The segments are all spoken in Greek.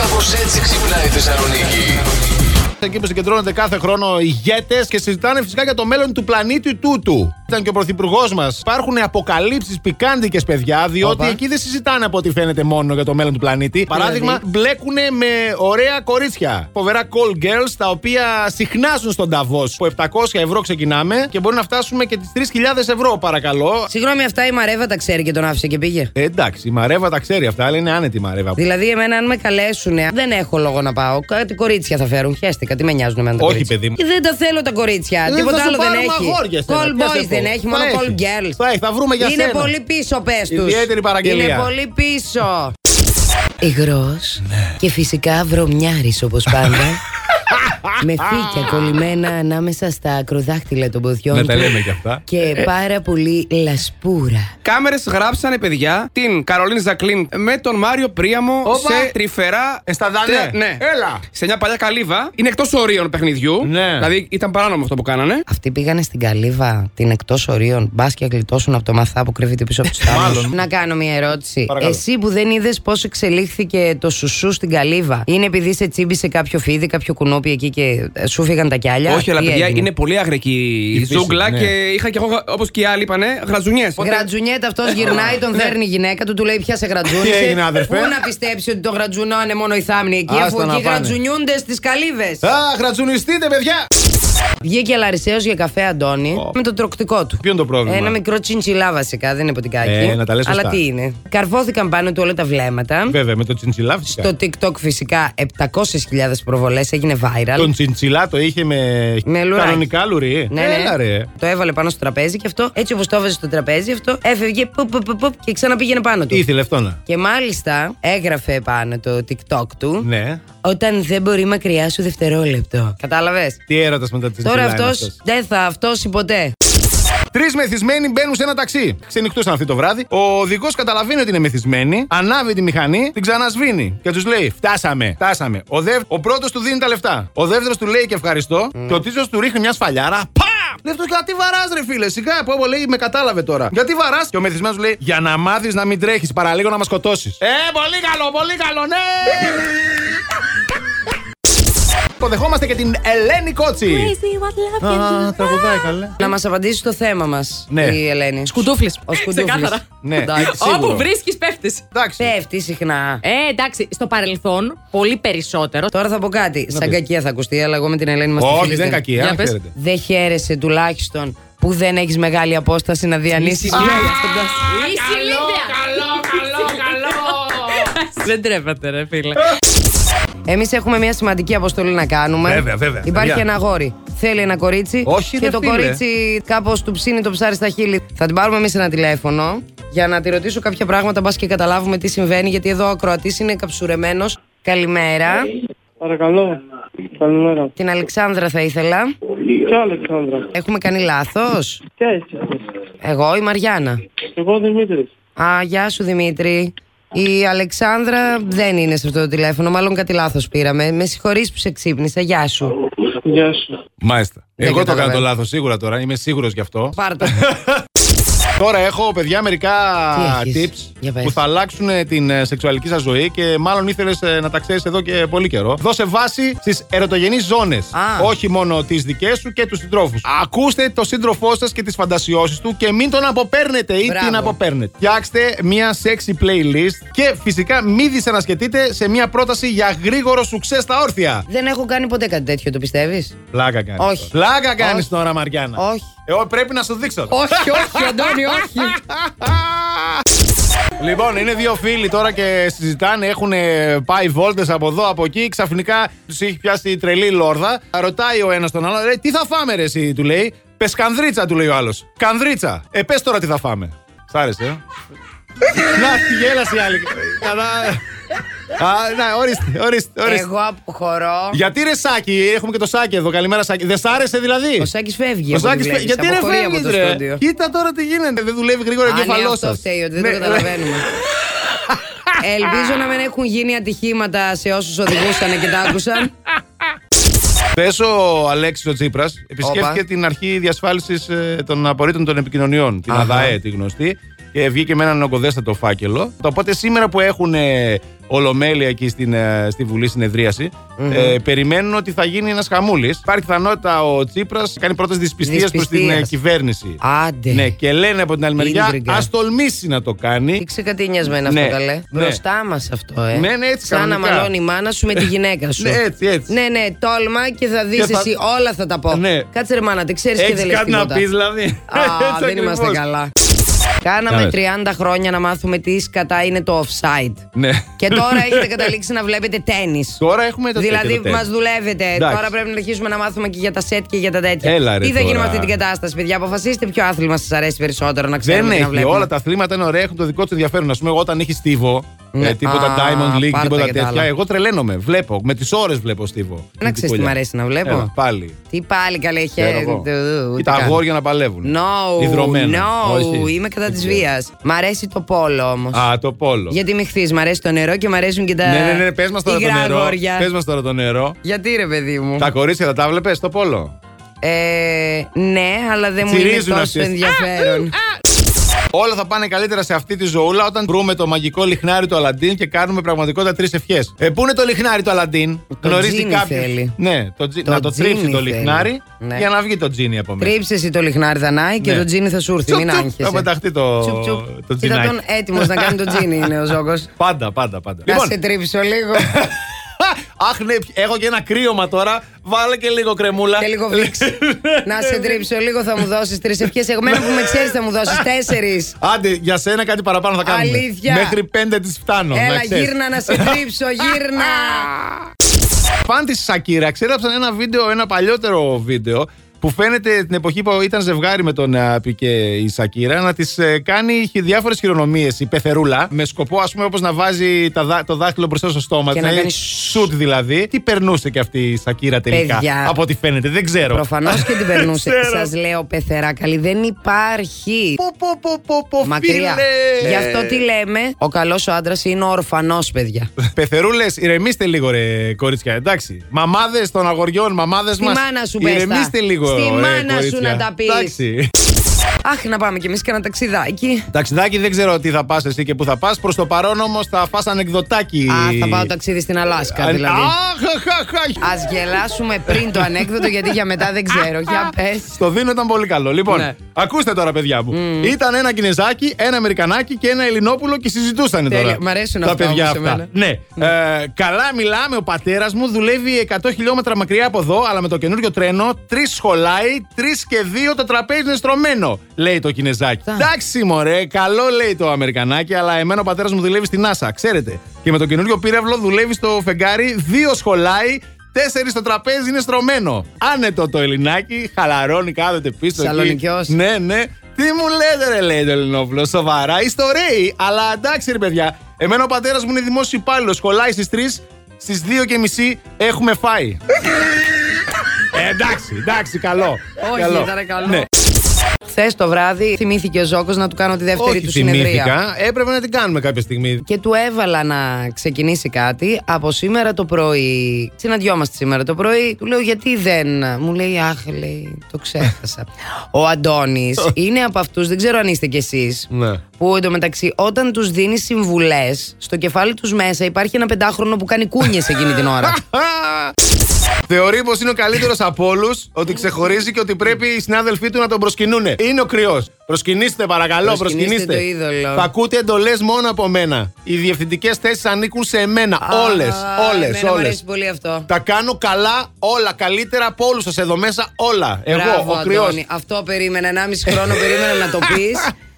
Κάπως έτσι ξυπνάει η Θεσσαλονίκη. Εκεί που συγκεντρώνονται κάθε χρόνο ηγέτες και συζητάνε φυσικά για το μέλλον του πλανήτη τούτου. Ήταν και ο πρωθυπουργός μας. Υπάρχουν αποκαλύψεις πικάντικες, παιδιά, διότι Όπα. Ναι, εκεί δεν συζητάνε από ό,τι φαίνεται μόνο για το μέλλον του πλανήτη. Παράδειγμα, μπλέκουν με ωραία κορίτσια. Φοβερά call girls, τα οποία συχνάσουν στον ταβό. Που 700 ευρώ ξεκινάμε και μπορεί να φτάσουμε και τις 3.000 ευρώ, παρακαλώ. Συγγνώμη, αυτά η Μαρέβα τα ξέρει και τον άφησε και πήγε. Ε, εντάξει, η Μαρέβα τα ξέρει αυτά, αλλά είναι άνετη η Μαρέβα. Δηλαδή, εμένα αν με καλέσουν, δεν έχω λόγο να πάω. Κάτι κορίτσια θα φέρουν. Χαίστηκα, τι με νοιάζουν εμένα τα Όχι, κορίτσια. παιδί μου. Δεν τα θέλω τα κορίτσια. Ε, Τίποτα θα σου άλλο δεν πάρουμε έχει. αγόρια εσένα, Call ποια σε boys δεν πω. έχει, μόνο Θα call έχει. girls. Θα έχει, θα βρούμε για Είναι σένα. πολύ πίσω, πες τους. Ιδιαίτερη παραγγελία. Είναι πολύ πίσω. Υγρός Ναι. και φυσικά βρωμιάρης όπως πάντα. με φύκια κολλημένα ανάμεσα στα ακροδάχτυλα των ποδιών Να Ναι, τα του λέμε κι αυτά. Ναι, Ε. και πάρα πολύ λασπούρα. Κάμερες γράψανε, παιδιά, την Καρολίν Ζακλίν με τον Μάριο Πρίαμο Όπα. σε τρυφερά. Ε, στα δανέ. τε- ναι. Έλα. Σε μια παλιά καλύβα. Είναι εκτός ορίων παιχνιδιού. Ναι. Δηλαδή ήταν παράνομο αυτό που κάνανε. Αυτοί πήγανε στην Καλύβα, την εκτός ορίων. Μπας και γλιτώσουν από το μαθά που κρύβεται πίσω από τους Ε, Μάλλον. τάμου. Να κάνω μια ερώτηση. Παρακαλώ. Εσύ που δεν είδες πώς εξελίχθηκε το σουσού στην Καλύβα, είναι επειδή σε τσίμπησε κάποιο φίδι, κάποιο κουνούπι εκεί και ε, σου φύγαν τα κιάλια. Όχι, αλλά Τι παιδιά έγινε? είναι πολύ άγρικη η φύση, ζούγκλα ναι. και είχα και εγώ, όπως και οι άλλοι είπανε, γραζουνιέ. Γρατζουνιέται αυτός, γυρνάει, τον δέρνει η γυναίκα του, του λέει πια σε γρατζούνι. Ναι. Τι έγινε, αδερφέ? Πού να πιστέψει ότι το γρατζουνό είναι μόνο οι θάμνοι εκεί, Άστα αφού να εκεί πάνε. Ε, γρατζουνιούνται στις καλύβες. Α, χρατσουνιστείτε, παιδιά! Βγήκε Λαρισαίος για καφέ Αντώνη με το τροκτικό του. Ποιο είναι το πρόβλημα? Ένα μικρό τσιντσιλά βασικά, δεν είναι ποτικάκι. Ε, να τα λες Αλλά σωστά. τι είναι. Καρφώθηκαν πάνω του όλα τα βλέμματα. Βέβαια, με το τσιντσιλά φυσικά. Στο TikTok φυσικά 700.000 προβολές έγινε viral. Τον τσιντσιλά το είχε με, Με λουράκι. κανονικά λουρί. Ναι, ναι. Έλα, ρε. Το έβαλε πάνω στο τραπέζι και αυτό, έτσι όπως το έβαζε στο τραπέζι, αυτό έφευγε πουπ, πουπ, πουπ, πουπ και ξαναπήγαινε πάνω του. Ήθελε αυτό να. Και μάλιστα έγραφε πάνω το TikTok του. Ναι. Όταν δεν μπορεί μακριά σου δευτερόλεπτο. Κατάλαβες. Τι έρωτας μετά τη Τώρα αυτό δεν θα αυτόσει ποτέ. Τρεις μεθυσμένοι μπαίνουν σε ένα ταξί. Ξενυχτούσαν αυτή το βράδυ. Ο οδηγός καταλαβαίνει ότι είναι μεθυσμένοι, ανάβει τη μηχανή, την ξανασβήνει και τους λέει: Φτάσαμε, φτάσαμε. Ο, δεύ... ο πρώτος του δίνει τα λεφτά. Ο δεύτερος του λέει και ευχαριστώ. Και ο τρίτο του ρίχνει μια σφαλιάρα. Πα! Λέει αυτός, γιατί βαράς, ρε φίλε, σιγά από όπου λέει με κατάλαβε τώρα. Γιατί βαράς, και ο μεθυσμένος λέει: Για να μάθεις να μην τρέχεις, παραλίγο να μας σκοτώσεις. Ε, πολύ καλό, πολύ καλό, ναι! Υποδεχόμαστε και την Ελένη Κότσι. Α, τραγουδάει καλέ. Να μας απαντήσει το θέμα μας, Ναι. η Ελένη. Σκουντούφλε. Ο σκουντούφλης. Ξεκάθαρα. Ναι. Εντάξει, Σίγουρο. Όπου βρίσκεις, πέφτεις. Εντάξει. Πέφτει συχνά. Ε, εντάξει, στο παρελθόν πολύ περισσότερο. Τώρα θα πω κάτι. Σαν κακία θα ακουστεί, αλλά εγώ με την Ελένη μας Όχι, δεν είναι κακία, Για να πες. ξέρετε. Δεν χαίρεσαι τουλάχιστον που δεν έχεις μεγάλη απόσταση να διανύσεις. Η Σιλίδια. Δεν τρέπατε, ρε φίλε. Εμείς έχουμε μια σημαντική αποστολή να κάνουμε. Βέβαια, βέβαια. Υπάρχει Παιδιά. ένα αγόρι. Θέλει ένα κορίτσι. Όχι, και ρε το φίλε. κορίτσι κάπως του ψήνει το ψάρι στα χείλη. Θα την πάρουμε εμείς ένα τηλέφωνο για να τη ρωτήσω κάποια πράγματα, μπας και καταλάβουμε τι συμβαίνει. Γιατί εδώ ο ακροατής είναι καψουρεμένος. Καλημέρα. Παρακαλώ. Καλημέρα. Την Αλεξάνδρα θα ήθελα. Ποια Αλεξάνδρα. Έχουμε κάνει λάθος. Ποια είσαι. Εγώ, η Μαριάννα. Εγώ Δημήτρης. Α, γεια σου Δημήτρη. Η Αλεξάνδρα δεν είναι σε αυτό το τηλέφωνο, μάλλον κάτι λάθος πήραμε. Με συγχωρείς που σε ξύπνησα, γεια σου. Γεια σου. Μάλιστα. Δεν Εγώ το κάνω καταλαβαίνω. το λάθος σίγουρα τώρα. Είμαι σίγουρος γι' αυτό. Πάρτα. Τώρα έχω, παιδιά, μερικά Τι έχεις? tips Για πες. που θα αλλάξουν ε, την ε, σεξουαλική σας ζωή και μάλλον ήθελες να τα ξέρεις εδώ και πολύ καιρό. Δώσε βάση στις ερωτογενείς ζώνες. Α. Όχι μόνο τις δικές σου και τους συντρόφους. Ακούστε το σύντροφό σας και τις φαντασιώσεις του και μην τον αποπέρνετε ή Μπράβο. την αποπέρνετε. Φτιάξτε μια sexy playlist και φυσικά μην δυσανασχετείτε σε μια πρόταση για γρήγορο σουξέ στα όρθια. δεν έχω κάνει ποτέ κάτι τέτοιο, το πιστεύεις. Πλάκα κάνεις. Όχι. Πλάκα κάνεις Όχι. τώρα, Μαριάννα. Όχι. Εγώ πρέπει να σου δείξω. όχι, όχι, Αντώνη, όχι. Λοιπόν, είναι δύο φίλοι τώρα και συζητάνε. Έχουν ε, πάει βόλτες από εδώ, από εκεί. Ξαφνικά τους έχει πιάσει η τρελή λόρδα. Ρωτάει ο ένας τον άλλο, ρε, τι θα φάμε, ρε, εσύ, του λέει. Πες κανδρίτσα, του λέει ο άλλος. Κανδρίτσα. Ε, πες τώρα τι θα φάμε. Σ' άρεσε, ε. Να, τη γέλασε η άλλη. Καλά. Α, να, ορίστε, ορίστε, ορίστε. Εγώ αποχωρώ. Γιατί ρε Σάκη, έχουμε και το Σάκη εδώ. Καλημέρα Σάκη. Δεν σ' άρεσε δηλαδή. Ο Σάκης φεύγει. Ο από ό,τι Σάκης, βλέπεις. γιατί ρε Αποχωρεί από το φεύγεις ρε. στούντιο. Κοίτα τώρα τι γίνεται. Δεν δουλεύει γρήγορα ο Α, ναι, εγκεφαλός αυτό σας. φταίει, ότι δεν Ναι, το καταλαβαίνουμε. Ελπίζω να μην έχουν γίνει ατυχήματα σε όσους οδηγούσαν και τα άκουσαν. Ναι, Πες ο Αλέξης ο Τσίπρας επισκέφθηκε Όπα. ε, την αρχή διασφάλισης των απορρίτων των επικοινωνιών, την Αχα. ΑΔΑΕ, τη γνωστή. και βγήκε με έναν ογκοδέστατο φάκελο. Οπότε σήμερα που έχουν ε, ολομέλεια εκεί στην, ε, στη Βουλή συνεδρίαση, ε, περιμένουν ότι θα γίνει ένας χαμούλης. Υπάρχει πιθανότητα ο Τσίπρας κάνει πρώτες δυσπιστίες προς την ε, Δυσπιστίας. κυβέρνηση. Άντε. Ναι, και λένε από την άλλη μεριά, Ίντριγκα. ας τολμήσει να το κάνει. Δείξε κατηνιασμένα Ναι, αυτό καλέ. ναι. Μπροστά μας αυτό, ε. Ναι, ναι, έτσι, Σαν κανονικά. να μαλώνει η μάνα σου με τη γυναίκα σου. Ναι, έτσι, έτσι. Ναι, ναι, τόλμα και θα δεις Και θα- εσύ όλα θα τα πω. Ναι. Κάτσε ρε μάνα, τη ξέρει και δεν Έχει λες κάτι να τίποτα. πεις, δηλαδή. Α, Έτσι δεν ακριβώς. είμαστε καλά. Κάναμε 30 χρόνια να μάθουμε τι κατά είναι το offside. Ναι. Και τώρα έχετε καταλήξει να βλέπετε τέννη. Τώρα έχουμε τα Δηλαδή, τέτοια, τα μα τέτοια. δουλεύετε. Εντάξει. Τώρα πρέπει να αρχίσουμε να μάθουμε και για τα σετ και για τα τέτοια. Έλα, ρε, Τι θα γίνει με τώρα. αυτή την κατάσταση, παιδιά. Αποφασίστε ποιο άθλημα σας αρέσει περισσότερο να Δεν ξέρουμε και να έχει. βλέπουμε. Όλα τα αθλήματα είναι ωραία, έχουν το δικό τους ενδιαφέρον. Ας πούμε, εγώ όταν έχει στίβο, Ναι. ε, τίποτα Α, Diamond League, πάρτα τίποτα και τα τέτοια. άλλα. Εγώ τρελαίνομαι. Βλέπω. Με τις ώρες βλέπω στίβο. Να ξέρεις τι μου μ' αρέσει να βλέπω. πάλι. Τι πάλι καλέ Ξέρω χέρι. εγώ. Ή τα αγόρια να παλεύουν. No, Ιδρωμένα. no, Όχι. είμαι κατά της Δεν βίας. Μ' αρέσει το πόλο όμως. Α, το πόλο. Γιατί μη χθείς, μ' αρέσει το νερό και μ' αρέσουν και τα. Ναι, ναι, ναι, πες μας τώρα το υγρά νερό. αγόρια. Πες μας τώρα το νερό. Γιατί ρε, παιδί μου. Τα κορίτσια θα τα βλέπες στο πόλο. Ε, ναι, αλλά δεν μου είναι Τσιρίζουν τόσο αυτές. ενδιαφέρον. Όλα θα πάνε καλύτερα σε αυτή τη ζωούλα όταν βρούμε το μαγικό λιχνάρι του Αλαντίν και κάνουμε πραγματικότητα τρεις ευχές. Ε, πού είναι το λιχνάρι του Αλαντίν, Το τζίνι θέλει. Ναι, το τζι... Το να το τζίνι τρίψει το θέλει. λιχνάρι Ναι. για να βγει το τζίνι από μέσα. Τρίψε εσύ το λιχνάρι Δανάη και Ναι. το τζίνι θα σου έρθει. Τσουπ, Μην τσουπ, άγχεσαι. Θα πεταχτεί το, Τσουπ, τσουπ. το Κοίτα τζινάκι. τον έτοιμος να κάνει το τζίνι είναι ο Ζόγκο. Πάντα, πάντα, πάντα. Λοιπόν. Να σε τρίψω λίγο. αχ, ναι, έχω και ένα κρύωμα τώρα. Βάλε και λίγο κρεμούλα. Και λίγο βίξ. να σε τρίψω λίγο, θα μου δώσεις τρεις ευχές. Εμένα που με ξέρεις, θα μου δώσεις τέσσερις. Άντε, για σένα κάτι παραπάνω θα κάνουμε. Αλήθεια. Μέχρι πέντε τη φτάνω. Έλα, να ξέρεις. γύρνα να σε τρίψω, γύρνα. Φαν τη Σακύρα ξέραψαν ένα βίντεο, ένα παλιότερο βίντεο που φαίνεται την εποχή που ήταν ζευγάρι με τον ε, Πικέ η Σακύρα να τη κάνει διάφορες χειρονομίες η πεθερούλα με σκοπό, ας πούμε, όπως να βάζει τα δά- το δάχτυλο μπροστά στο στόμα Και της, να κάνει λέει σουτ δηλαδή. Τι περνούσε και αυτή η Σακύρα τελικά. Παιδιά. Από ό,τι φαίνεται, δεν ξέρω. Προφανώς και την περνούσε. Ξέρω. Σας λέω, πεθερά καλή, δεν υπάρχει. Πω, πω, πω, πω, πω, Μακριά. φίλε. Γι' αυτό τι λέμε, ο καλός ο άντρας είναι ο ορφανός, παιδιά. Πεθερούλες, ηρεμήστε λίγο, ρε κορίτσια. Εντάξει. Μαμάδες των αγοριών, μαμάδες Στη μας. μάνα σου πες τα. Ηρεμήστε λίγο. Στη ρε, μάνα σου κορίτσια. να τα πεις. Εντάξει. Αχ, να πάμε κι εμείς κανένα ταξιδάκι. Ταξιδάκι δεν ξέρω τι θα πας εσύ και πού θα πας. Προς το παρόν όμως θα φας ανεκδοτάκι. Α, θα πάω ταξίδι στην Αλάσκα, Α, δηλαδή. αχ, αχ, αχ. Ας γελάσουμε πριν το ανέκδοτο, γιατί για μετά δεν ξέρω. Για πες. Το δίνω ήταν πολύ καλό. Λοιπόν, Ναι. ακούστε τώρα, παιδιά μου. Ήταν ένα Κινεζάκι, ένα Αμερικανάκι και ένα Ελληνόπουλο και συζητούσαν Τέλεια. τώρα. Μ' αρέσουν τα αυτά παιδιά όμως εμένα. αυτά. Ναι. Ε, καλά μιλάμε. Ο πατέρας μου δουλεύει 100 χιλιόμετρα μακριά από εδώ, αλλά με το καινούριο τρένο τρεις σχολάει, τρεις και δύο το τραπέζι είναι στρωμένο, λέει το Κινεζάκι. Α. Εντάξει, μωρέ, καλό λέει το Αμερικανάκι, αλλά εμένα ο πατέρας μου δουλεύει στην NASA, ξέρετε. Και με το καινούριο πύραυλο δουλεύει στο φεγγάρι, δύο σχολάει, τέσσερις στο τραπέζι είναι στρωμένο. Άνετο το Ελληνάκι, χαλαρώνει, κάθεται πίσω. εκεί. Σαλονικιός. Ναι, ναι. Τι μου λέτε, ρε, λέει το Ελληνόπουλο, σοβαρά. Ιστορέι, αλλά εντάξει, ρε παιδιά. Εμένα ο πατέρας μου είναι δημόσιο υπάλληλο, σχολάει στις 3, στι 2 και μισή έχουμε φάει. Ε, εντάξει, εντάξει, καλό. Όχι, καλό. ήταν καλό. Ναι. Χθες το βράδυ θυμήθηκε ο Ζόκο να του κάνω τη δεύτερη Όχι, του συνεδρία. θυμήθηκα. Έπρεπε να την κάνουμε κάποια στιγμή. Και του έβαλα να ξεκινήσει κάτι από σήμερα το πρωί. Συναντιόμαστε σήμερα το πρωί. Του λέω γιατί δεν. Μου λέει Αχ, λέει, το ξέχασα. Ο Αντώνης είναι από αυτούς, δεν ξέρω αν είστε κι εσείς. Ναι. Που εντωμεταξύ, όταν τους δίνεις συμβουλές, στο κεφάλι τους μέσα υπάρχει ένα πεντάχρονο που κάνει κούνιες εκείνη την ώρα. Θεωρεί πως είναι ο καλύτερος από όλους, ότι ξεχωρίζει και ότι πρέπει οι συνάδελφοί του να τον προσκυνούν. Είναι ο κρυός. Προσκυνήστε, παρακαλώ, Προσκυνήστε προσκυνήστε. το είδωλο. Θα ακούτε εντολές μόνο από μένα. Οι διευθυντικές θέσεις ανήκουν σε εμένα. Όλε, όλες, Εμένα Μου όλες. αρέσει πολύ αυτό. Τα κάνω καλά όλα, καλύτερα από όλους σας εδώ μέσα όλα. Εγώ, Μπράβο, ο κρυός. Αντώνη. Αυτό περίμενα. 1,5 χρόνο περίμενα να το πεις.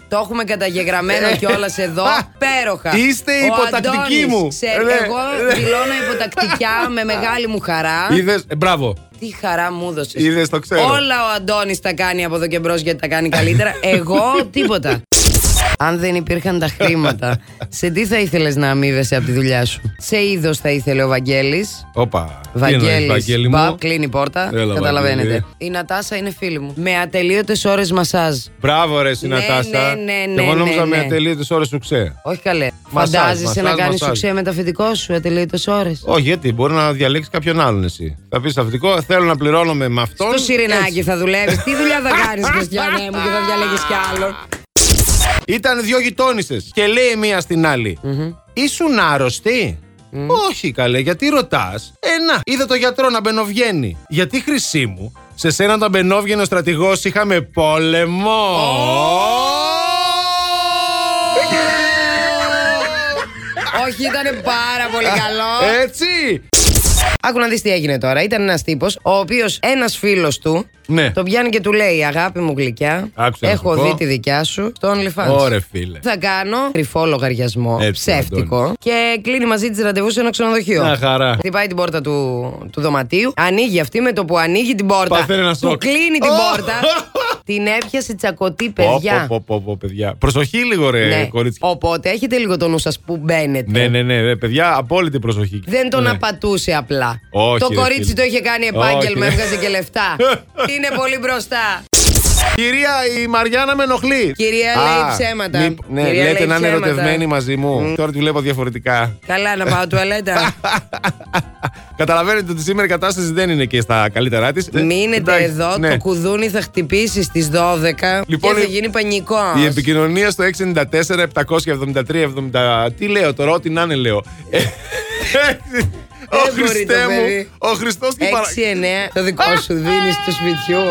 Το έχουμε καταγεγραμμένο κιόλας εδώ. Πέροχα. Ε. Είστε Ο υποτακτικοί Αντώνης, μου. ξέρει, Ναι, εγώ ναι. δηλώνω υποτακτικά με μεγάλη μου χαρά. Είδες, ε, μπράβο. Τι χαρά μου έδωσες. Είδες, το ξέρω. Όλα ο Αντώνης τα κάνει από εδώ και μπρος γιατί τα κάνει καλύτερα. Εγώ τίποτα. Αν δεν υπήρχαν τα χρήματα, σε τι θα ήθελες να αμείβεσαι από τη δουλειά σου. Σε είδος θα ήθελε ο Βαγγέλης Όπα. Τι εννοείς, Βαγγέλης Βαγγέλη. μου? Παπ, κλείνει η πόρτα. Έλα, καταλαβαίνετε. Βαγγέλη. Η Νατάσα είναι φίλη μου. Με ατελείωτες ώρες μασάζ. Μπράβο, ρε, Συνατάσα. ναι, ναι, Και Εγώ ναι, νόμιζα ναι. με ατελείωτες ώρες σου ξέ. Όχι καλέ. Μασάζ, Φαντάζεσαι μασάζ, να κάνει μασάζ. οξέα με τα φοιτικό σου ατελείωτες ώρες. Όχι, γιατί μπορεί να διαλέξεις κάποιον άλλον εσύ. Θα πεις αυτικό, θέλω να πληρώνομαι με αυτόν. Στο Σιρινάκι θα δουλεύεις. Τι δουλειά θα κάνεις, Χριστιανέ μου, και θα διαλέγεις κι άλλον. Ήταν δύο γειτόνισε. Και λέει η μία στην άλλη. Ήσουν άρρωστη. Όχι, καλέ, γιατί ρωτάς. Ε, να, είδα το γιατρό να μπαινοβγαίνει. Γιατί χρυσή μου, σε σένα όταν μπαινόβγαινε ο στρατηγός είχαμε πόλεμο. Όχι, ήταν πάρα πολύ καλό. Ε. Έτσι! Άκου να δεις τι έγινε τώρα. Ήταν ένας τύπος, ο οποίος ένας φίλος του Ναι. τον πιάνει και του λέει: Αγάπη μου γλυκιά, Άκουσα να σου έχω πω. δει τη δικιά σου στο OnlyFans. Ωρε, φίλε. Θα κάνω κρυφό λογαριασμό, Έτσι, ψεύτικο, Αντώνης. και κλείνει μαζί της ραντεβού σε ένα ξενοδοχείο. Μια χαρά. Χτυπάει την πόρτα του, του δωματίου, ανοίγει αυτή με το που ανοίγει την πόρτα. Παθαίνει ένα του σοκ. κλείνει την Ω! πόρτα. την έπιασε τσακωτή, παιδιά. Πω, πω, πω, πω, παιδιά. Προσοχή λίγο, ρε, Ναι. κορίτσια. Οπότε έχετε λίγο το νου σας που μπαίνετε. Ναι, ναι, ναι, ρε, παιδιά, απόλυτη προσοχή. Δεν τον Ναι. απατούσε απλά. Όχι, το ρε κορίτσι φίλε. το είχε κάνει επάγγελμα, Όχι. έβγαζε και λεφτά. Είναι πολύ μπροστά. Κυρία, η Μαριάννα με ενοχλεί. Κυρία, λέει ψέματα. ναι, Κυρία, λέτε λέει να είναι ψέματα. ερωτευμένη μαζί μου. Τώρα τη βλέπω διαφορετικά. Καλά, να πάω τουαλέτα. Καταλαβαίνετε ότι σήμερα η κατάσταση δεν είναι και στα καλύτερά Ε, τη. Μείνετε εδώ, το κουδούνι θα χτυπήσει στις 12 ναι. Λοιπόν, και θα η- γίνει πανικό. Η επικοινωνία στο 694-773-70. Τι λέω τώρα, ό,τι να είναι λέω. Ε, ο μπορεί το Χριστέ παιδί. μου, ο Χριστός την παρα... 6-9, το δικό σου δίνεις του σπιτιού.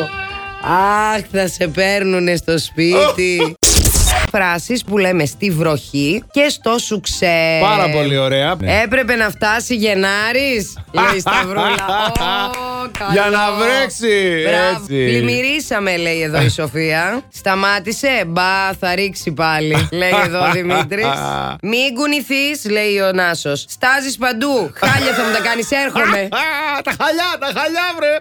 Αχ, θα σε παίρνουνε στο σπίτι. Φράσεις που λέμε στη βροχή και στο σουξέ. Πάρα πολύ ωραία. Ναι. Έπρεπε να φτάσει Γενάρης, λέει η Σταυρούλα. Ω, καλό. Για να βρέξει, Μπράβο. έτσι. Πλημμυρίσαμε, λέει εδώ η Σοφία. Σταμάτησε. Μπα, θα ρίξει πάλι, λέει εδώ ο Δημήτρης. Μην κουνηθείς, λέει ο Νάσος. Στάζεις παντού. Χάλια θα μου τα κάνεις, έρχομαι. Α, τα χαλιά, τα χαλιά, βρε!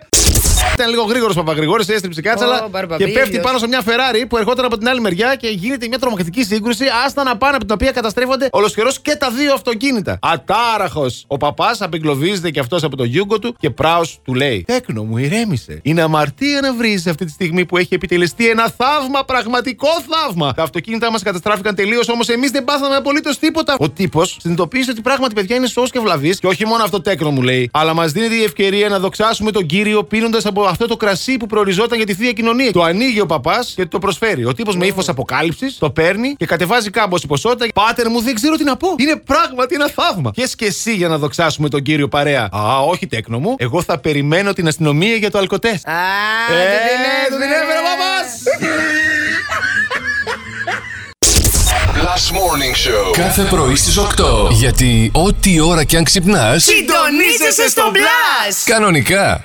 Ήταν λίγο γρήγορος ο Παπαγρηγόρης, έστριψε κάτσαλα. Ω, και Μπαρμπαπίλιος. πέφτει πάνω σε μια Ferrari που ερχόταν από την άλλη μεριά και γίνεται μια τρομακτική σύγκρουση. Άστα να πάνε από την οποία καταστρέφονται ολοσχερός και τα δύο αυτοκίνητα. Ατάραχος. Ο παπάς απεγκλωβίζεται και αυτός από το γιούγκο του και πράω του λέει: Τέκνο μου, ηρέμησε. Είναι αμαρτία να βρίζει αυτή τη στιγμή που έχει επιτελεστεί ένα θαύμα, πραγματικό θαύμα. Τα αυτοκίνητά μας καταστράφηκαν τελείως, όμως εμείς δεν πάθαμε απολύτως τίποτα. Ο τύπος συνειδητοποίησε ότι πράγματι παιδιά είναι σώο και βλαβής και όχι μόνο αυτό τέκνο μου λέει, αλλά μας δίνεται η ευκαιρία να δοξάσουμε τον κύριο πίνοντας από αυτό το κρασί που προοριζόταν για τη θεία κοινωνία. Το ανοίγει ο παπάς και το προσφέρει. Ο τύπος με ύφος αποκάλυψης το παίρνει και κατεβάζει κάμποση ποσότητα. Πάτερ μου, δεν ξέρω τι να πω. Είναι πράγματι ένα θαύμα. Πιε και εσύ για να δοξάσουμε τον κύριο παρέα. Α, όχι τέκνο μου. Εγώ θα περιμένω την αστυνομία για το αλκοτέστ. Α, Ε, του του την έφερε ο παπάς. Last Morning Show. Κάθε πρωί στις 8. Γιατί ό,τι ώρα κι αν ξυπνάς, Συντονίζεσαι στο μπλα! κανονικά.